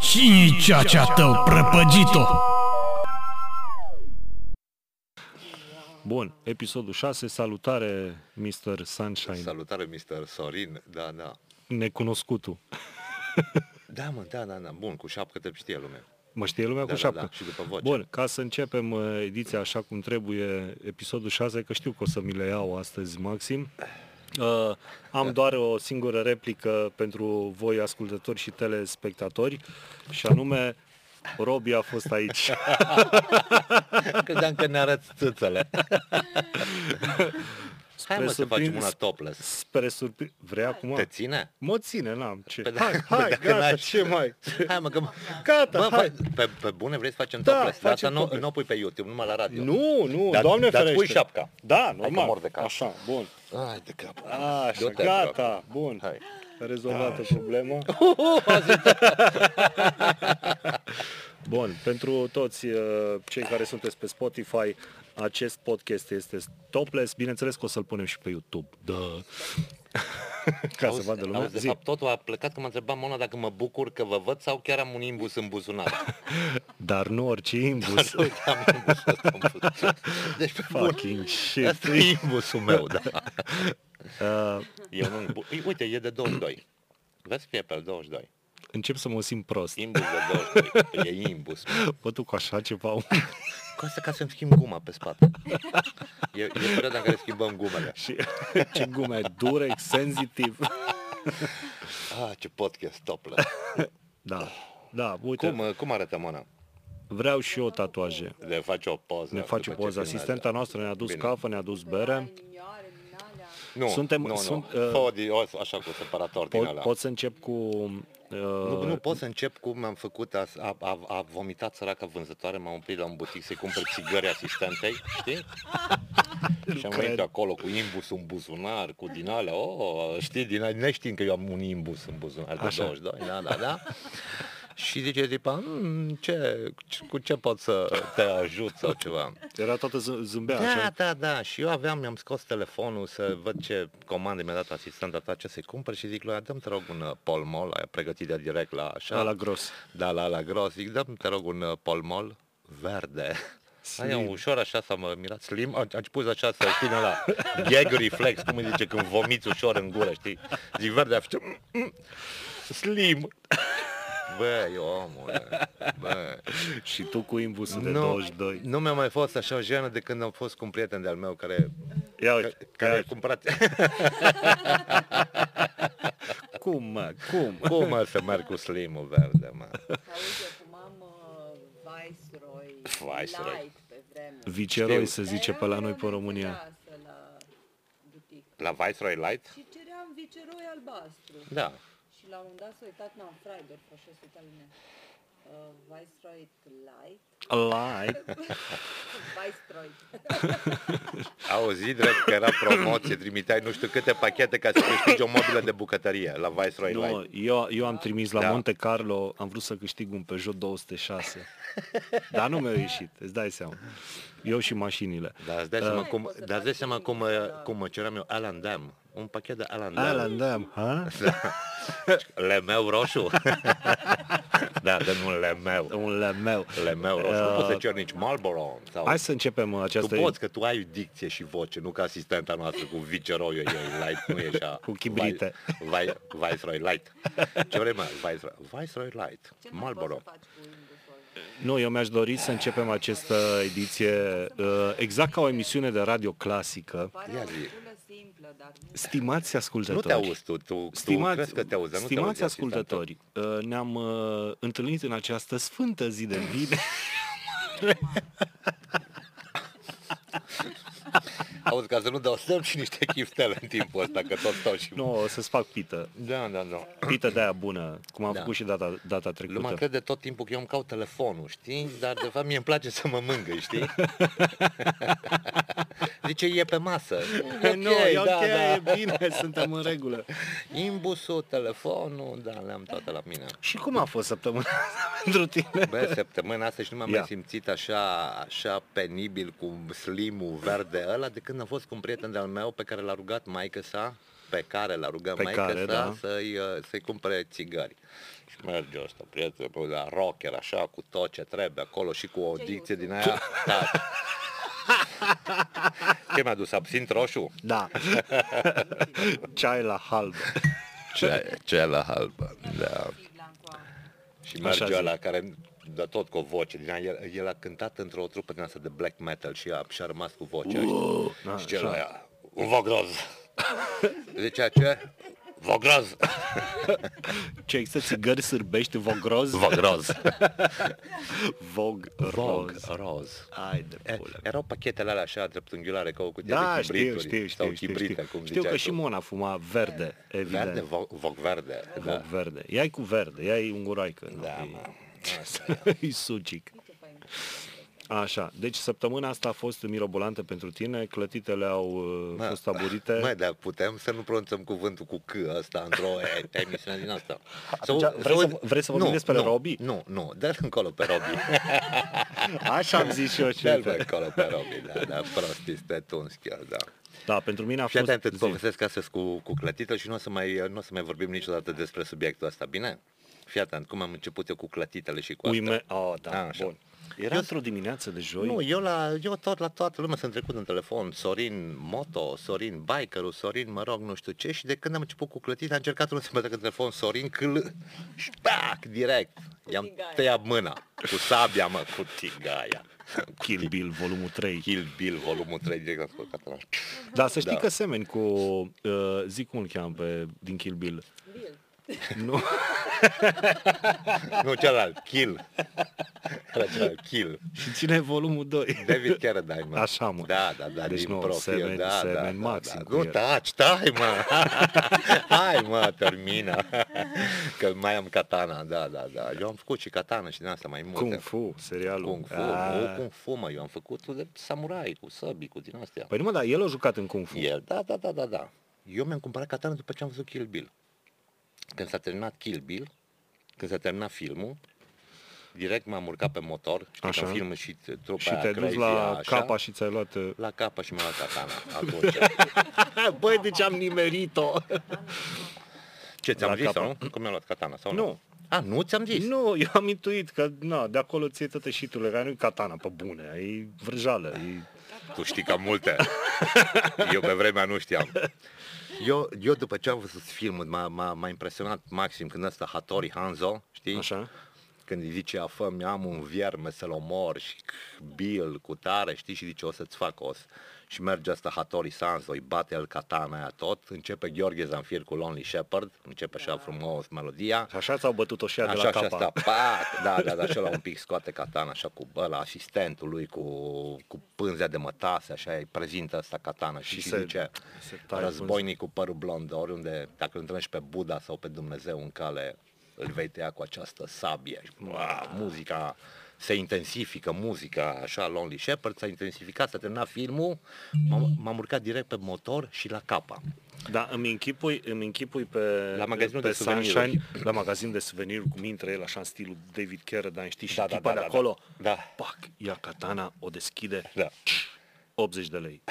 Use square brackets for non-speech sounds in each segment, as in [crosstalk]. Cine-i ceacea tău, prăpăgito? Bun, episodul 6, salutare Mr. Sunshine, Salutare, Mr. Sorin, da, da. necunoscutul. Da, mă, da, da, da, bun, cu șapcă te știe lumea. Mă știe lumea Da, cu da, șapte. da, și după voce. Bun, ca să începem uh, ediția așa cum trebuie, episodul 6, că știu că o să mi le iau astăzi maxim. Uh, Da. am doar o singură replică pentru voi ascultători și telespectatori și anume Robi a fost [laughs] aici. Credeam că ne arăți țâțele. [laughs] Hai mă să facem surprins- una topless. Spre surpri... Vrei acum? Te ține? Mă ține, n-am ce. Păi da, [laughs] Hai, hai, dacă gata, n-ai- ce mai? [laughs] Hai mă, că... Gata, Bă, hai. fa- pe, pe bune vrei să facem Da, topless, dar asta facem nu, topless. nu o pui pe YouTube, numai la radio. Da. Nu, nu, Dar- doamne dar ferește. îți pui șapca. Da, că normal. mor de cap. Așa, bun. Ai de cap. Așa, Du-te, gata, bun. Hai. Uh, Rezolvată [laughs] problema. [laughs] Bun, pentru toți uh, cei care sunteți pe Spotify, acest podcast este topless. Bineînțeles că o să-l punem și pe YouTube. Da. [laughs] Ca să Auzi, vadă lumea. auzi, de Zi. fapt totul a plecat că m-a întrebat Mona dacă mă bucur că vă văd sau chiar am un imbus în buzunar. [laughs] Dar nu orice [laughs] imbus. Uite, am imbusul ăsta în [laughs] buzunar. Deci pe bun. Fucking shit. Asta e imbusul meu, [laughs] da. Uh, Eu nu bu- Uite, e de 22. Vezi că e pe 22. încep să mă simt prost. Imbus de 22. E imbus. Bă, tu cu așa ceva... Cu asta ca să-mi schimb guma pe spate. E, e perioada în care schimbăm gumele. Și [laughs] ce gume dure, sensitiv. Ah, ce podcast topless. Da, da, uite, Cum? Cum, cum arată Mona? vreau și eu tatuaje. Le face o poză. Ne face Da, după ce poză. filmează. Asistenta noastră ne-a dus Bine. cafă, ne-a Păi dus bere. Nu, Suntem- nu, nu. sunt, uh, Fă de, o, așa cu separator din Pot, ăla. pot să încep cu... Nu, Uh, nu, pot să încep cum am făcut, a, a, a, a vomitat săraca vânzătoare, m-am oprit la un butic să-i cumpăr țigări asistentei, [laughs] știi? și am venit cred. acolo cu imbus în buzunar, cu din alea, oh, știi, din alea, neștiind că eu am un imbus în buzunar de Așa. 22, da, da, da. Și zice tipa, "Mm, ce, ce- cu ce pot să te ajut sau ceva? era toată z- zâmbea Da, așa. da, da, și eu aveam, mi-am scos telefonul să văd ce comandă mi-a dat asistenta ta, ce să-i cumpăr și zic lui, ea, dă-mi te rog un uh, polmol, aia pregătit de direct la așa, Da, la gros. da, la, la gros, zic, dă-mi te rog un uh, polmol verde. [laughs] Slim. Aia ușor așa s-a mă mirat slim, a, a pus așa să da. țină la [laughs] gag reflex, cum îi zice, când vomiți ușor în gură, știi? Zic verde, a făcut, "Mm, mm, slim. Băi, omule, băi. Și tu cu imbusul de 22. Nu mi-a mai fost așa o jenă de când am fost cu un prieten de-al meu care, Ia ca- uite, ia care a uite. cumpărat... [laughs] Cum, mă, cum? Cum mă să merg cu slimul verde, mă? Auzi, eu fumam uh, Viceroy, Viceroy. Light pe vremuri. Viceroi Știu. se zice pe la noi pe România. Acasă, la butic. La Viceroy Light? Și ceream Viceroy albastru. Da. Și la un moment dat s-a uitat, n-am Friday, proșesc italian. Uh, Viceroy Light, Like. Viceroy. Auzi, drept că era promoție, trimiteai nu știu câte pachete ca să câștigi o mobilă de bucătărie la Viceroy Nu, Light. eu, eu am trimis la Păi Da. Monte Carlo, am vrut să câștig un Peugeot 206. Dar nu mi-a ieșit, îți dai seama. Eu și mașinile. Dar îți dai seama Da. cum, Poți să dar îți dai faci seama cum, nimic, uh, da. cum mă ceram eu Alan Dam. Un pachet de Alan Dam. Alan, da, ha? Lemeu [laughs] roșu. da, de nu lemeu. Un lemeu. Lemeu roșu. Nu Uh, poți să cer nici Marlboro. Sau... Hai să începem uh, Tu această... poți, că tu ai dicție și voce, nu ca asistenta noastră cu viceroiul ei light, nu e așa. Cu chibrite. Vai, vai, Viceroy light. Ce vrei, mă? Viceroy, Viceroy light. Ce mai Marlboro. poți să faci cu imbusul ăla? Nu, eu mi-aș dori să începem această ediție uh, exact ca o emisiune de radio clasică. Pare Ia o zi. regulă simplă, dar nu. Stimați Nu ascultători. te auzi tu, tu, tu crezi că te auzi, dar nu te stimați auzi, ascultători, uh, ne-am uh, întâlnit în această sfântă zi de vine. [laughs] asistent. Auzi, ca să nu dau semn și niște chiftele în timpul ăsta, că tot stau și... nu, o să-ți fac pită. Da, da, da. Pită de aia bună, cum am Da. făcut și data, data trecută. Lumea crede tot timpul că eu îmi caut telefonul, știi? Dar de fapt mie îmi place să mă mângâi, [laughs] știi? Zice, e pe masă. E, nu, e ok, da, da. e bine, [laughs] suntem în regulă. Imbusul, telefonul, da, le-am toate la mine. Și cum a fost săptămâna asta [laughs] pentru tine? Bă, săptămâna asta și nu m-am Ia. mai simțit așa, așa penibil cu slimul verde ăla de când am fost cu un prieten de-al meu pe care l-a rugat maică sa pe care l-a rugat Pe mai care, care, da. da. să-i, uh, să-i cumpere țigări. Și merge ăsta, prietenul, pe la rocker, așa, cu tot ce trebuie acolo și cu o Ce dicție iuți? din [laughs] aia. Da. ce mi-a dus? Absint roșu? [laughs] Da. Ceai la halbă. Ce, ce la halbă, da. Sigla în coa. Și merge Așa ăla care dă tot cu o voce din ea. El, el a cântat într-o trupă din asta de black metal și a, și-a rămas cu vocea. Uh, da, și cel așa. aia, un [laughs] vogroz. Zicea ce? Vogroz. Ce există țigări sârbești, vogroz? [laughs] Vogroz. Vog, Vog, roz. roz. Ai de E, pula. erau pachetele alea așa dreptunghiulare ca o cutie Da, de știu, chibrituri știu, sau știu, știu, chibrite, știu. cum știu ziceai că și tu. Mona fuma verde, evident. Verde, voc, voc verde. Vog Da, verde. Ia-i cu verde, ia-i unguraică. nu? da E- mă. [laughs] E sucic. Așa, deci săptămâna asta a fost mirobolantă pentru tine, clătitele au uh, Mă, fost taburite. Mă, Da. dar putem să nu pronunțăm cuvântul cu C ăsta într-o e- emisiune din asta. Sau- Atunci, vrei să- vrei să vorbim nu, despre nu, Robi? Nu, nu, dă-l încolo pe Robi. [laughs] Așa am zis și eu. și dă-l pe uite. încolo pe Robi, da, da, prost, este tuns chiar, da. Da, pentru mine a Și fost... atent, îți zi. povestesc astăzi cu, cu clătită și nu o să mai, nu o să mai vorbim niciodată despre subiectul ăsta, bine? Fii atent, cum am început eu cu clătitele și cu asta. Uime... Oh, da, A, așa. bun. Era într-o dimineață de joi. Nu, eu, la, eu tot la toată lumea sunt trecut în telefon, Sorin Moto, Sorin Bikerul, Sorin mă rog nu știu ce și de când am început cu clătit am încercat unul să mă trec în telefon, Sorin câl și pac, direct, i-am tigaia. tăiat mâna cu sabia mă, cu tigaia. Kill Bill, volumul 3. Kill Bill, volumul 3, direct am scos acolo. Dar să știi Da. da. că semeni cu... Uh, zic cum îl cheamă pe, din Kill Bill. [laughs] Bill. Nu, Nu, celălalt, Kill. Era celălalt, Kill. și cine e volumul 2? David Carradine, mă. Așa, mă. Da, da, da, Deci din nu, profil, semen- da, da, semen da, maxim da. cu Nu, el. taci, tai, mă. [laughs] Hai, mă, termină. Că mai am katana, da, da, da. Eu am făcut și katana și din asta mai multe. Kung Fu, serialul. Kung Fu, Ah. nu, Kung Fu, mă, eu am făcut de samurai, cu săbii, cu din astea. Păi nu mă, dar el a jucat în Kung Fu. El, da, da, da, da, da. Eu mi-am cumpărat katana după ce am văzut Kill Bill. Când s-a terminat Kill Bill, când s-a terminat filmul, direct m-am urcat pe motor, știi că Așa. în film și trupa Și aia te-ai dus da, crazy, la așa, capa și ți-ai luat... uh, la capa și mi-a luat [laughs] katana atunci. Băi, deci am nimerit-o. Ce, ți-am La zis capa. sau nu? Cum mi-a luat katana sau nu? Nu. A, nu ți-am zis? Nu, eu am intuit că, na, de acolo ție tătă și tu, care nu-i katana pe bune, e vrăjală, e... Tu știi cam [laughs] multe. Eu pe vremea nu știam. Eu, eu după ce am văzut filmul, m-a, m-a, m-a impresionat maxim când ăsta Hattori Hanzo, știi? Așa. Când îi zice afăm, am un vierme să-l omor și c- Bill cu tare, știi? Și zice o să-ți fac os. Și merge asta Hattori Sanzo, îi bate el katana aia tot, începe Gheorghe Zanfir cu Lonely Shepherd, începe așa frumos melodia. Și așa ți-au bătut-o și ea de Așa la și capa. asta, pac, da, da, da, și ăla un pic scoate katana așa cu ăla, asistentul lui cu, cu pânzea de mătase, așa îi prezintă asta katana și, Și și se- zice se taie războinic cu părul blond, oriunde, dacă îl întâlnești pe Buddha sau pe Dumnezeu în cale, îl vei tăia cu această sabie. Și, bă, muzica se intensifică muzica, așa, Lonely Shepherd s-a intensificat, s-a terminat filmul, m-am, m-am urcat direct pe motor și la capa. Da, îmi închipui, îmi închipui pe, La magazinul pe de Sunshine, suveniruri. la magazin de suveniruri, cum intră el așa în stilul David Carradine, știi, și da, tipa da, da, de da. acolo, Da. pac, ia katana, o deschide, Da. 80 de lei.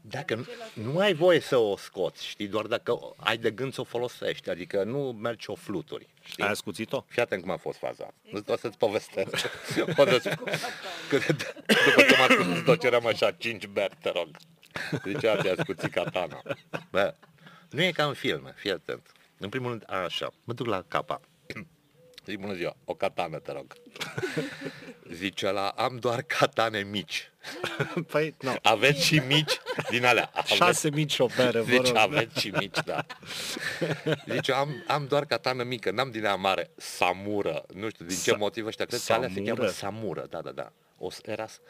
Dacă nu, nu ai voie să o scoți, știi, doar dacă o- ai de gând să o folosești, adică nu mergi și o fluturi, știi? Ai [laughs] ascuțit-o? Fii atent cum a fost faza. Nu o să-ți povestesc. [laughs] O să-ți... Că de- După ce m-a spus tot ce eram așa, 5 beri, te rog. Deci aia te-a scuțit katana. Bă, nu e ca în filme, fii atent. În primul rând, așa, mă duc la capa. [clears throat] Zic, bună ziua, o katană, te rog. Zice la am doar katane mici. Păi, nu, Aveți și mici din alea. Aveți- șase mici o bere, vă deci rog. aveți și mici, da. Deci eu am, am doar katană mică, n-am din aia mare. Samură. Nu știu din ce Sa- motiv ăștia. Cred că alea se Samură? cheamă Samură. Da, da, da. O, s- era, s-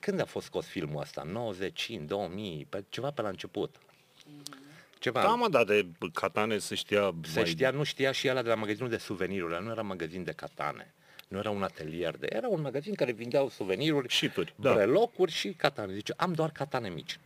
când a fost scos filmul ăsta? 95, 2000, pe, ceva pe la început. Ceva. Da, mă, dar de katane se știa... se știa, nu știa și ăla de la magazinul de suveniruri. Ăla nu era magazin de katane. Nu era un atelier de... Era un magazin care vindeau suveniruri Șituri, da. da. brelocuri și katane. Zice, am doar katane mici.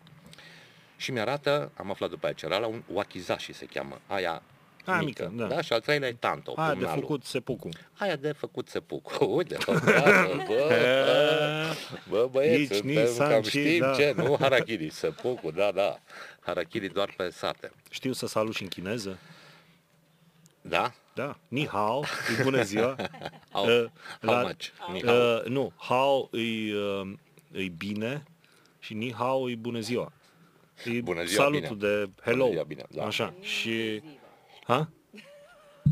Și mi arată, am aflat după aceea, la un wakizashi se cheamă, aia Aia mică, mică, da. da. Și al treilea e tanto, Aia de pumnalul. făcut sepucu. Aia de făcut se pucă. [laughs] Uite, bă, bă, [laughs] bă, bă băieți, Nici ni suntem cam sanci, știm da. ce, nu? Harakiri, se pucă, da, da. Harakiri doar pe sate. Știu să salut și în chineză. Da? Da. Ni hao, e bună [laughs] ziua. How, Uh, Oh, how much? Ni hao. Uh, nu, hao e, uh, e bine și ni hao e bună ziua. E Bună ziua, salutul bine. de hello. Bună ziua, bine, da. Așa. Și ha?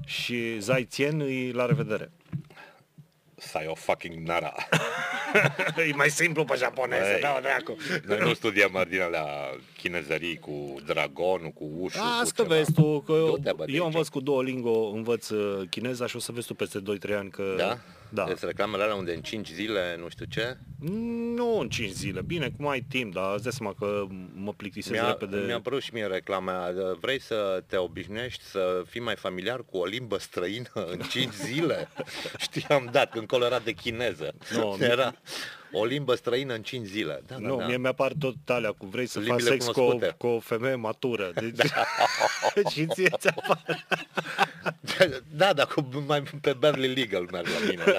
Și zai tien e la revedere. Sai o fucking nara. [laughs] e mai simplu pe japoneză, Băi. da, dracu. Păi, Noi nu studiem ordinea la chinezării cu dragonul, cu ușul, Asta cu ceva. vezi tu, că eu, Du-te, bă, deci- de eu aici. învăț cu două lingo, învăț uh, chineza și o să vezi tu peste 2-3 ani că... Da? Da. Deci reclamele alea unde în 5 zile, nu știu ce, Nu în 5 zile, bine, cum ai timp, dar îți dai seama că mă plictisesc mi-a, repede. mi-a apărut și mie reclama aia. Vrei să te obișnuiești să fii mai familiar cu o limbă străină în [laughs] 5 zile? Știi, am dat, când colo era de chineză. [laughs] Nu, mi- era o limbă străină în 5 zile. Da, da, Nu, da. mie mi-apar tot alea cu vrei să faci Limbile sex cu o, cunoscute. cu o femeie [laughs] matură. Deci, [laughs] și ție ți [laughs] da, da, cu, mai pe Berlin Legal merg la mine, [laughs]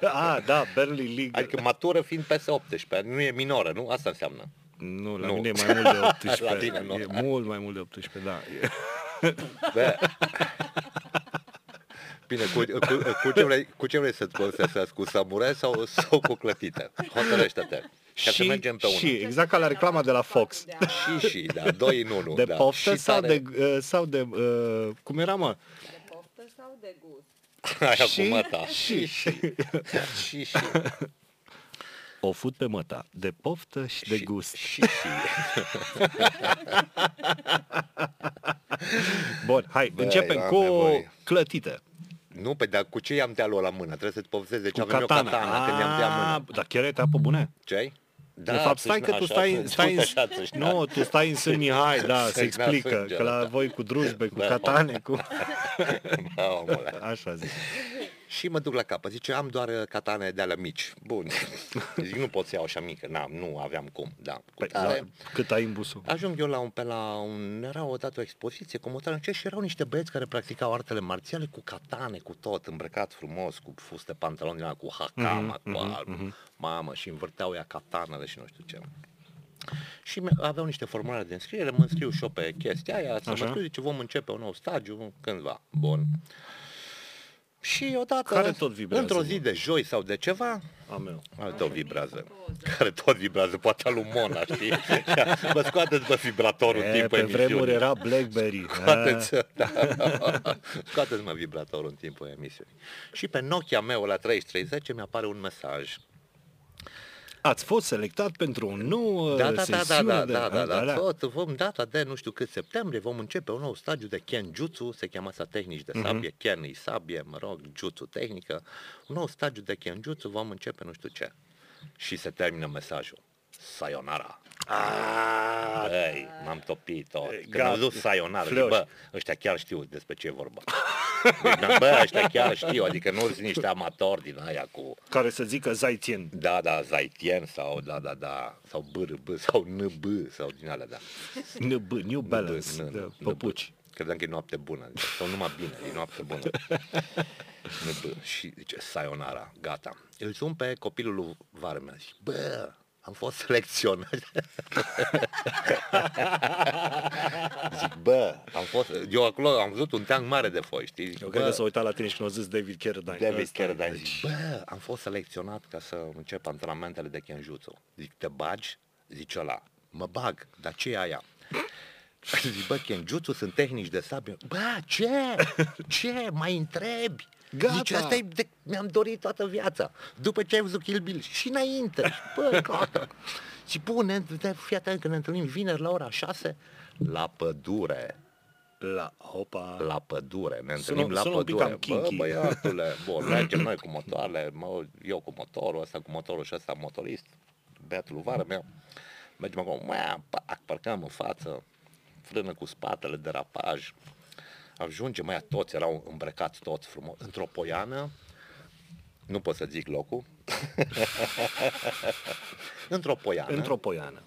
da. A, da, Berlin League. Adică matură fiind peste 18, nu e minoră, nu? Asta înseamnă. Nu, la Nu. mine e mai mult [laughs] de 18. La tine, nu. E mult mai mult de 18, da. Bă. Bine, cu, cu, cu, ce vrei, cu ce vrei să-ți povestesc? Cu samurai sau, sau cu clătite? Hotărăște-te. Ca să mergem pe una. și, exact ca la reclama de la Fox. și, și da, doi în unul. De da. poftă și sau tare. de, uh, sau de uh, cum era, mă? De poftă sau de gust? Aia și- cu măta. și- Și, da. și. și, și. O fut pe măta. De poftă și de gust. Și, și. Bun, hai, Băi, începem doamne, cu băi. clătite. Nu, pe dar cu ce i-am tăiat lui la mână? Trebuie să-ți povestesc de ce Cu avem katana. eu katana, că mi-am tăiat mână. Ah, Dar chiar ai tăiat pe bune? Ce ai? Da, de fapt, atunci stai că tu așa stai, în- atunci, stai în, uite așa [laughs] atunci, da. nu, tu stai în [laughs] Sân Mihai, da, se Să-i dea explică, sânge, că la da. voi cu drujbe, cu Da. catane, cu... Da, omule. Așa zic. Și mă duc la capăt. Zice, am doar uh, catane de alea mici. [laughs] Bun. Zic, nu pot să iau așa mică. N-am, nu aveam cum. Da. Cu Păi, da, tare. cât ai în busul? Ajung eu la un, pe la un, era odată o expoziție, cum o ce și erau niște băieți care practicau artele marțiale cu catane, cu tot, îmbrăcat frumos, cu fuste pantaloni din alea, cu hakama, Mhm, cu alb, mamă, și învârteau ea catanele și nu știu ce. Și mi- aveau niște formulare de înscriere, mă înscriu și eu pe chestia aia, să mă Așa. scriu, zice, vom începe un nou stagiu cândva. Bun. Și odată, Care tot vibrează, într-o mă? zi de joi sau de ceva, A meu. al tău vibrează. Care tot vibrează, poate al lui Mona, știi? Vă scoateți bă vibratorul în E, timpul pe vremuri emisiunii. era [laughs] Blackberry. Scoateți, da. Scoateți mă vibratorul în timpul emisiunii. Și pe Nokia meu la 3310 mi-apare un mesaj. Ați fost selectat pentru o nouă Da, da, da, da, sesiune da, de... da, da, da, da. tot vom data de nu știu cât septembrie, vom începe un nou stagiu de Kenjutsu, se cheamă asta tehnici Mhm. de sabie, Ken e sabie, mă rog, Jutsu tehnică, un nou stagiu de Kenjutsu, vom începe nu știu ce. Și se termină mesajul. Sayonara. Băi, m-am topit tot. Când Ah! Eh, gata. am zis sayonara, zic, Flori. bă, ăștia chiar știu despre ce e vorba. Deci, da, bă, ăștia chiar știu, adică nu sunt niște amatori din aia cu... Care să zică Zaitien. Da, da, Zaitien sau da, da, da, sau BRB sau NB sau din alea, da. NB, New Balance, NB, de NB. păpuci. Credeam că e noapte bună, zice, sau numai bine, e noapte bună. NB. Și zice, sayonara, gata. Îl sun pe copilul lui Varmea și, bă, am fost selecționat. Zic, bă, am fost, eu acolo am văzut un teanc mare de foi, știi? Zic, Eu cred bă, că s-a uitat la tine și când a zis David Carradine. David Ăsta e, Carradine deci, zice, bă, am fost selecționat ca să încep antrenamentele de Kenjutsu. Zic, te bagi? Zice ăla, mă bag, dar ce e aia? [laughs] Zic, bă, Kenjutsu sunt tehnici de sabie. Bă, ce? Ce? Mai întrebi? Gata. Zice, asta e de... mi-am dorit toată viața. După ce ai văzut Kill Bill și înainte. Și, bă, gata. Și bune, fii atent că ne întâlnim vineri la ora 6 la pădure La, opa. la pădure, ne întâlnim Sună- la sună un pic pădure. cam Bă, kinky. băiatule, bun, mergem noi cu motoarele, mă, eu cu motorul, ăsta cu motorul și ăsta motorist, băiatul lui vară mea. Mergem acolo, mă, pac, parcăm în față, frână cu spatele, derapaj. Ajungem, mai toți erau îmbrăcați toți frumos, într-o poiană, nu pot să zic locul, [laughs] într-o poiană, Într-o poiană.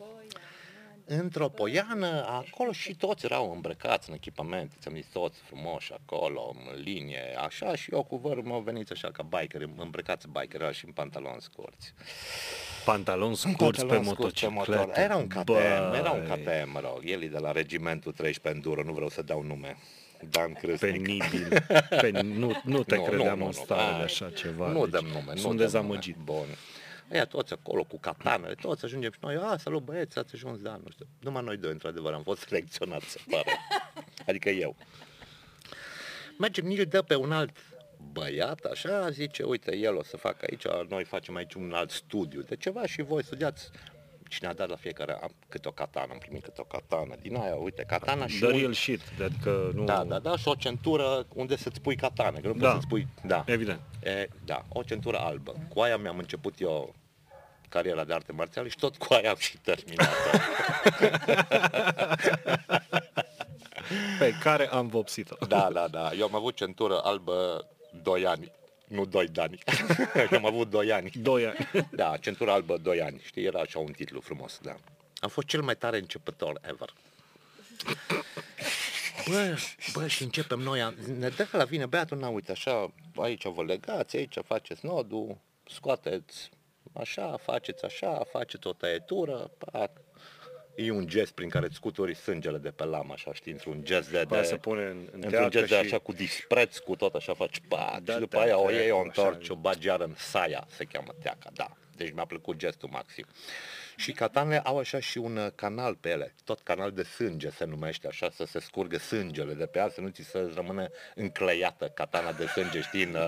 într-o poiană, acolo și toți erau îmbrăcați în echipament, ți-am zis, toți frumoși acolo, în linie, așa, și eu cu vărul meu veniți așa ca biker, îmbrăcați biker, era și în pantaloni scurți. Pantaloni scurți pe Pantaloni scurți motocicletă. Era un KTM, Băi, era un KTM, mă rog, el e de la regimentul 13 Enduro, nu vreau să dau nume. Dan Crâsnic. Penibil. Pe, nu, nu te [laughs] Nu, credeam nu, în nu, stare nu. de așa ceva. Nu deci dăm nume. Sunt nu dezamăgit. Dăm nume. Bun. Ea toți acolo cu katanele, toți ajungem și noi, a, salut băieți, ați ajuns, da, nu știu. Numai noi doi, într-adevăr, am fost selecționați, se [laughs] pare. Adică eu. Mergem, ni dă pe un alt băiat, așa, zice, uite, el o să facă aici, noi facem aici un alt studiu de ceva și voi studiați Cine a dat la fiecare, am câte o katană, am primit câte o katană din aia, uite, katana și The un- real shit, adică nu... da, da, da, și o centură unde să-ți pui katane, că nu Da. poți să-ți pui, da. Evident. E, da, o centură albă. Cu aia mi-am început eu cariera de arte marțiale și tot cu aia am și terminat. Pe care am vopsit-o. da, da, da. Eu am avut centură albă 2 ani, nu 2 dani. [laughs] Eu am avut 2 ani. Doi [laughs] ani. Da, centura albă 2 ani. Știi, era așa un titlu frumos, da. Am fost cel mai tare începător ever. Bă, bă, și începem noi, am- ne dă la vine băiatul, na, uite, așa, aici vă legați, aici faceți nodul, scoateți așa, faceți așa, faceți o tăietură, pac. E un gest prin care îți scuturi sângele de pe lamă, așa, știi, într-un gest de... După aia de se pune în- în într-un teacă gest de și- așa cu dispreț, cu tot așa faci, pac, Da, și după teacă, aia o iei, o așa, întorci, o bagi iar în saia, se cheamă teaca, da. Deci mi-a plăcut gestul maxim. Și catanele au așa și un uh, canal pe ele, tot canal de sânge se numește așa, să se scurgă sângele de pe ea, să nu ți se rămâne încleiată catana de sânge, știi, în, [laughs]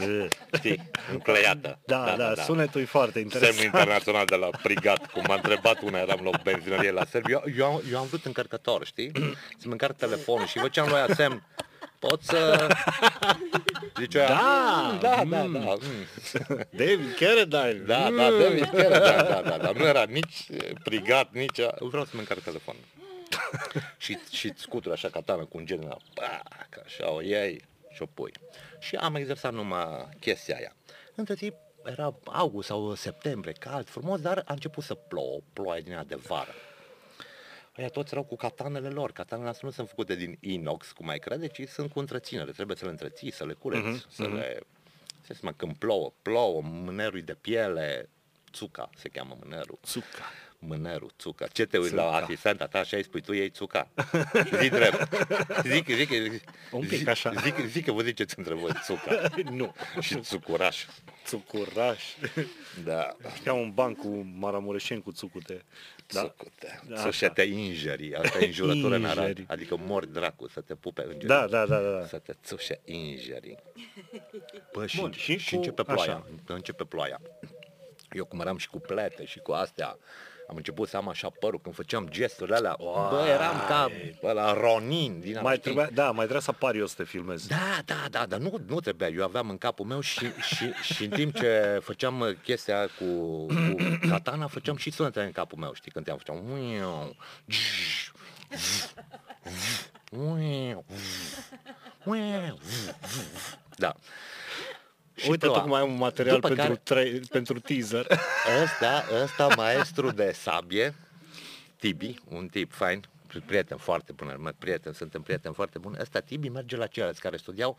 uh, știi, încleiată. Da, da, da, sunetul e foarte Semnul interesant. internațional de la Prigat, cum m-a întrebat una, eram la o benzinărie la Serbiu. Eu, eu, am- eu am vrut încărcător, știi? [clears throat] Să-mi încarc telefonul și făceam lui aia semn. Pot să... Zice aia, Da, "Mm, da, da, da, mm." David Carradine. da, da, David chiar, da, da, da, da, nu era nici eh, prigat, nici... Vreau să-mi încarc telefonul. și, și îți scutură așa katana cu un gen din ăla, pac, așa o iei și o pui. Și am exersat numai chestia aia. Între timp, era august sau septembrie, cald, frumos, dar a început să plouă, ploaie din ea de vară. Păi, Aia toți erau cu catanele lor. Catanele astea nu sunt făcute din inox, cum ai crede, ci sunt cu întreținere. Trebuie să le întreții, să le cureți, Mhm, uh-huh, să uh-huh. le... Se seama, când plouă, plouă, mânerul e de piele, țuca se cheamă mânerul. Țuca. Mânerul, țuca. Ce te uiți la asistenta ta și ai spui tu ei țuca? Zi drept. Zic, zic, zic, Un pic zic, așa. Zic, zic că vă ziceți între voi țuca [laughs] Nu. și țucuraș. Țucuraș. Da. Știa un banc cu maramureșeni cu țucute. Da. Da. Țucute. Da, Da, Țușete injeri, asta e înjurătură în Arad. Injeri. Adică mor dracu să te pupe îngerii. Da, da, da, da. Să te țușe ingerii. [laughs] Bă, Bun, și, și și, și cu- începe ploaia. așa. Începe ploaia. Eu cum eram și cu plete și cu astea, am început să am așa părul când făceam gesturile alea. Bă, eram ca la Ronin din ăla, Mai știi? trebuia, da, mai trebuia să apar eu să te filmez. Da, da, da, dar nu, nu trebuia. Eu aveam în capul meu [laughs] și, și, și în timp ce făceam uh, chestia aia cu, cu katana, făceam și sunete în capul meu, știi, când te-am făceam. [laughs] uiau, gj, vf, vf, uiau, vf, uiau, vf, vf. Da. Și Uite, ploua. tocmai am un material După pentru, care- tre- pentru teaser. Ăsta, ăsta maestru de sabie, Tibi, un tip fain, prieten foarte bun, mă, prieten, suntem prieteni foarte buni. Ăsta Tibi merge la ceilalți care studiau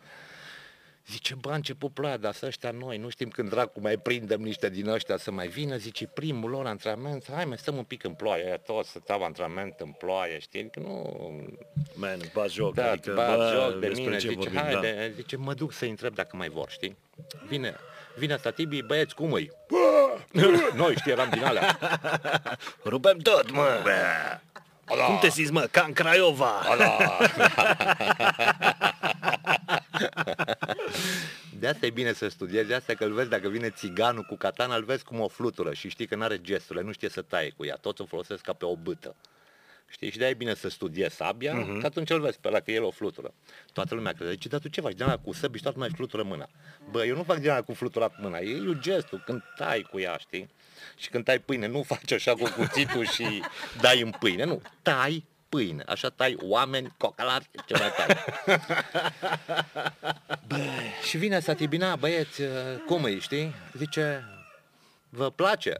Zice, bă, a început ploaia, dar să ăștia noi, nu știm când dracu mai prindem niște din ăștia să mai vină, zice, primul lor antrenament, hai mai stăm un pic în ploaie, aia toți stăteau antrenament în ploaie, știi, că nu, Man, îți bat joc. da, adică, adică, bă, joc de despre mine, ce zice, vorbim, hai, da. de, zice, mă duc să-i întreb dacă mai vor, știi? Vine, vine asta Tibi, băieți, cum îi? [laughs] Noi, știi, eram din [laughs] alea. Rupem tot, mă! Ala, Cum te simți, mă? Ca în Craiova! [laughs] ala. De asta e bine să studiezi, de asta că îl vezi, dacă vine țiganul cu katana, îl vezi cum o flutură și știi că nu are gesturile, nu știe să taie cu ea, toți o folosesc ca pe o bâtă. Știi, și de-aia e bine să studiezi sabia, uh-huh. că atunci îl vezi pe ăla, că el o flutură. Toată lumea crede, zice, dar tu ce faci din ala cu săbi și toată mai flutură mâna. Bă, eu nu fac din ala cu fluturat mâna, e un gestul, când tai cu ea, știi? Și când tai pâine, nu faci așa cu cuțitul și dai în pâine, nu, tai pâine, așa tai oameni, cocalari, ce mai tai. Bă, și uh, vine Satibina, băieți, cum îi, știi? Zice, vă place?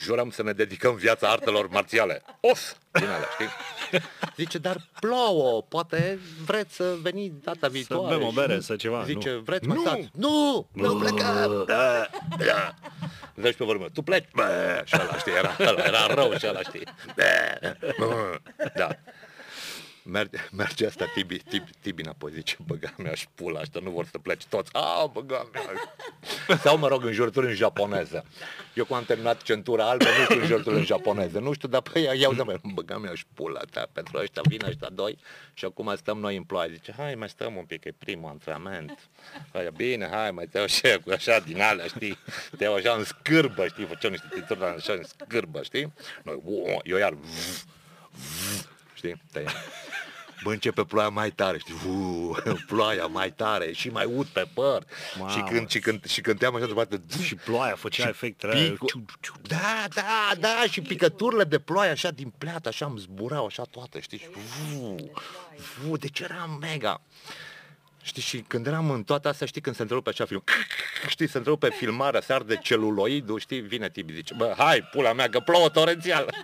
jurăm să ne dedicăm viața artelor marțiale. Of! Din alea, știi? Zice, dar plouă, poate vreți să veniți data viitoare. bem o și bere nu. sau ceva, Zice, nu. vreți, Nu! mă, stați. Nu! Nu plecăm! Da, da. Deci pe vorbă, tu pleci, bă, și ăla, știi, era, ăla, era rău și ăla, știi. Bă, bă, da. Merge, [laughs] merge asta Tibi, Tibi, Tibi înapoi, zice, băga mea și pula asta, nu vor să pleci toți. A, băga mea. Sau, mă rog, în jurături în japoneză. Eu cum am terminat centura albă, nu știu în jurături în japoneză. Nu știu, dar păi, iau de băga mea și pula ta, pentru ăștia vin ăștia doi și acum stăm noi în ploaie. Zice, hai, mai stăm un pic, e primul antrenament. Hai, bine, hai, mai te iau și eu cu așa din alea, știi? Te iau așa în scârbă, știi? Făceau niște titluri dar așa în scârbă, știi? Noi, uo, eu iar, vf, vf, știi? Tăia. Bă, începe ploaia mai tare, știi? Uu, [laughs] ploaia mai tare și mai ud pe păr. Mamă. Și când, și când, și cânteam așa departe, Și ploaia făcea efectele alea. picu... Ciu, ciu. Da, da, da, și picăturile de ploaie așa din pleată, așa îmi zburau, așa toate, știi? Și vuu, vuu, deci eram mega. Știi, și când eram în toată asta, știi, când se întrerupe așa film, știi, se întrerupe filmarea, se arde celuloidul, știi, vine Tibi, zice, bă, hai, pula mea, că plouă torențial.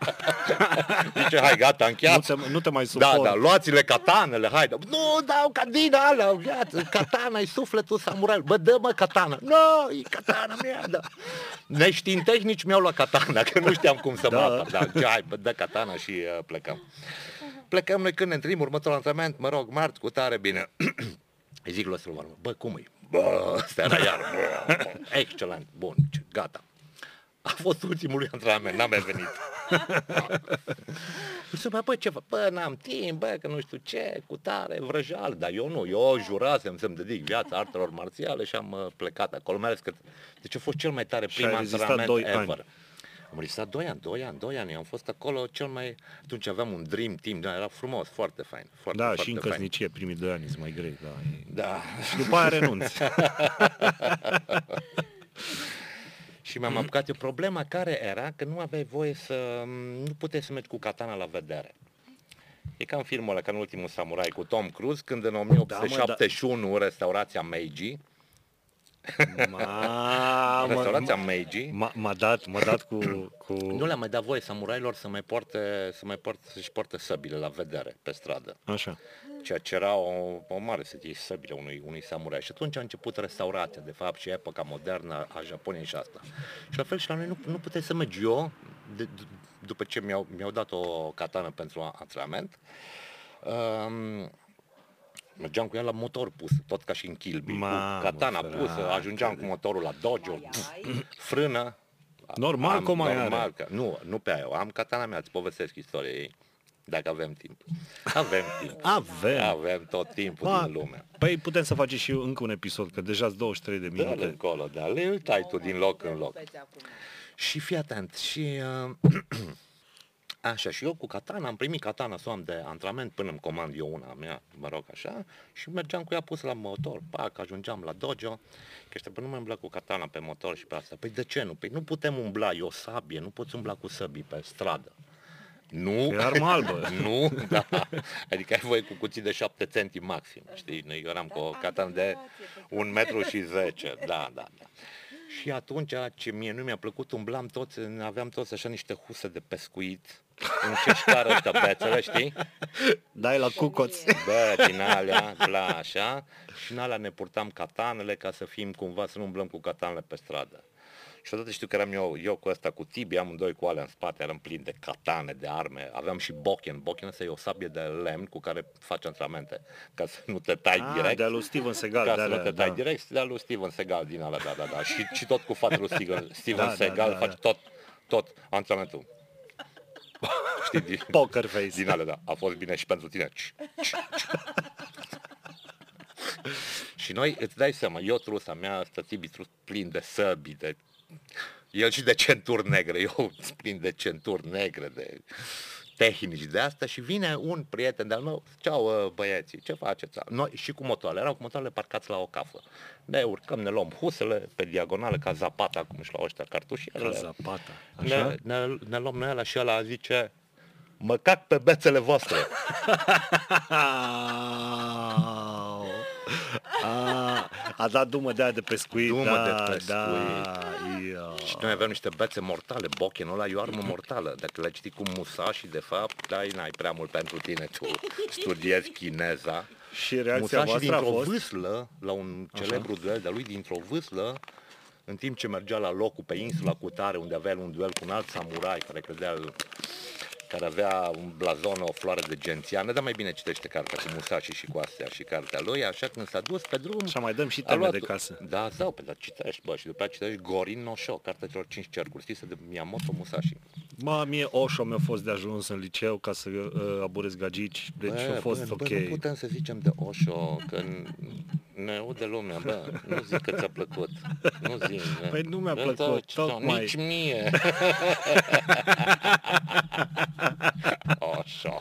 [laughs] zice, hai, gata, Nu am încheiat. te, nu te mai Da, suport. da, luați-le catanele, hai. Da. Nu, dau ca din alea, gata, katana e sufletul samurai. Bă, dă-mă katana. Nu, no, e katana mea, da. Neștiind tehnici mi-au luat katana, că nu știam cum să mă Da. apăr. Da, ce, hai, bă, dă katana și uh, plecăm. Plecăm noi când ne întâlnim următorul antrenament, mă rog, marți, cu tare, bine. Îi zic lui Silvan, bă, cum e? Bă, ăsta era iar, bă, bă, excelent, bun, ce- gata. A fost ultimul lui antrenament, n-am mai [laughs] venit. Și mai bă, ce fac? Bă, n-am timp, bă, că nu știu ce, cu tare, vrăjal. Dar eu nu, eu jurasem să-mi dedic viața artelor marțiale și am uh, plecat acolo. Mai ales că, deci a fost cel mai tare ai prim rezistat antrenament doi ever. ani. Am rezistat 2 ani, 2 ani, 2 ani. Eu am fost acolo cel mai... Atunci aveam un dream team, da, era frumos, foarte fain. Foarte, Da, foarte și în fain. căsnicie primii doi ani sunt mai grei, da. e- Da. Și după aia [laughs] renunți. Și mi-am apucat eu. Problema care era că nu aveai voie să... Nu puteai să mergi cu katana la vedere. E ca în filmul ăla, ca în ultimul samurai cu Tom Cruise, când în 1871 da, mă, da. restaurația Meiji, Mamă, restaurația Meiji, m-a, m-a dat, m-a dat cu... cu... nu le-a mai dat voie samurailor să mai poarte, să mai poarte, să-și poarte săbile la vedere pe stradă. Așa. ceea ce era o, o mare să iei săbile unui, unui samurai. Și atunci a început restaurația, de fapt, și epoca modernă a Japoniei și asta. Și la fel și la noi nu, nu puteai să mergi eu, de, d- după ce mi-au, mi-au dat o katană pentru a- antrenament, um, mergeam cu ea la motor pus, tot ca și în Kilby, cu Mamă, katana frate. pusă, ajungeam cu motorul la dojo, ai? frână. Normal am, că o mai are. normal că, Nu, nu pe aia, am katana mea, îți povestesc istoria ei, dacă avem timp. Avem timp. Avem. Avem tot timpul Ma- din lume. Păi putem să facem și încă un episod, că deja sunt 23 de Dă-l minute. încolo, da, le îl tai tu din loc în loc. Rupeți acum. Și fii atent, și... Uh, [clears throat] așa, și eu cu katana, am primit katana să o am de antrenament până îmi comand eu una a mea, mă rog așa, și mergeam cu ea pusă la motor, pac, ajungeam la dojo, că ăștia, bă, nu mai umbla cu katana pe motor și pe asta. Păi de ce nu? Păi nu putem umbla, e o sabie, nu poți umbla cu săbii pe stradă. Nu, E armă albă. nu, [laughs] da. Adică ai voie cu cuții de 7 centi maxim, știi? Noi eu eram cu o catan de 1 metru și 10, da, da, da. Și atunci, ce mie nu mi-a plăcut, umblam toți, aveam toți așa niște huse de pescuit, în ceșcară ăștia bețele, știi? Dai la cucoț. Bă, din alea, bla, așa. Și în alea ne purtam catanele ca să fim cumva, să nu umblăm cu catanele pe stradă. Și odată știu că eram eu, eu cu ăsta, cu Tibi, amândoi cu alea în spate, eram plin de catane, de arme, aveam și bochen. Bochen asta e o sabie de lemn cu care faci antrenamente, ca să nu te tai Ah, direct. de-a lui Steven Segal, Ca de să nu alea, te tai da. direct, de lui Steven Segal din ala, da, da, da. Și, și tot cu fratele lui Steven, Steven [laughs] Da, da, Segal da, faci da. tot, tot antrenamentul. Știi, din, Poker face. din alea, da. A fost bine și pentru tine. Ci, ci, ci. și noi îți dai seama, eu trusa mea, stătibi trus plin de săbi, de... El și de centuri negre, eu [laughs] plin de centuri negre, de tehnici de asta și vine un prieten de-al meu, ceau ă, băieții, ce faceți? Noi și cu motoarele, erau cu motoarele parcați la o cafă. Ne urcăm, ne luăm husele pe diagonală ca zapata, cum și la ăștia cartușierele. Ca Zapata. Ne, Așa? ne, ne luăm noi ăla și ăla zice Mă cac pe bețele voastre Au. A, a dat dumă de aia de pescuit. Dumă da, de pescuit. Da, ia. [laughs] Și noi aveam niște bețe mortale, bochenul ăla e o armă mortală. Dacă l-ai citit cu Musashi, de fapt, dai, n-ai prea mult pentru tine, tu [laughs] studiezi chineza. Și reacția Musashi voastră a dintr-o fost? vâslă, la un celebru duel de-a lui, dintr-o vâslă, în timp ce mergea la locul pe insula Cutare, unde avea el un duel cu un alt samurai care credea care avea un blazon, o floare de gențiană, dar mai bine citește cartea cu Musashi și cu astea și cartea lui, așa când s-a dus pe drum... Și mai dăm și a teme luat- de casă. Da, sau, pe dar citești, bă, și după aceea citești Gorin no Sho, cartea celor cinci cercuri, scrisă de Miyamoto Musashi. Mă, mie Oșo mi-a fost de ajuns în liceu ca să uh, aburez gagici, deci Bă, a fost bă, ok. Bă, nu putem să zicem de Osho, că n- ne aude lumea, bă, nu zic că ți-a plăcut. Nu zic. bă. Păi nu mi-a Bă, plăcut, taci, taci, tocmai. Nici mie. Osho.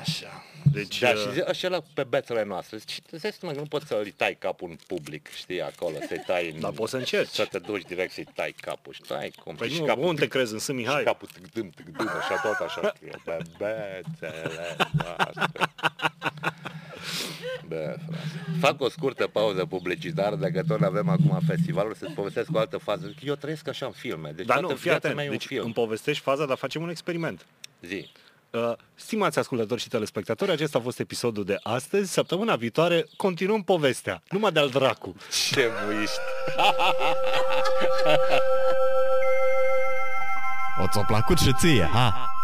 Așa. Deci, da, și uh, zi- așa la pe bețele noastre. Și zici, mă, nu poți să-i tai capul în public, știi, acolo, să-i tai în... Dar poți să încerci. Să te duci direct să-i tai capul și tai cum. Păi și nu, capul unde crezi, în Sâmi și Mihai? capul tâgdâm, tâgdâm, așa tot așa. [laughs] Bebețele noastre. Bă, frate. Fac o scurtă pauză publicitară, dacă tot avem acum festivalul, să-ți povestesc o altă fază. Zic, Eu trăiesc așa în filme, deci Dar toată Da, nu, fii viața atent, mea e un deci film. îmi povestești faza, dar facem un experiment. Zi. Uh, Stimați ascultători și telespectatori, acesta a fost episodul de astăzi. Săptămâna viitoare continuăm povestea, numai de-al dracu. Ce muiști! O ți-a plăcut și ție, ha?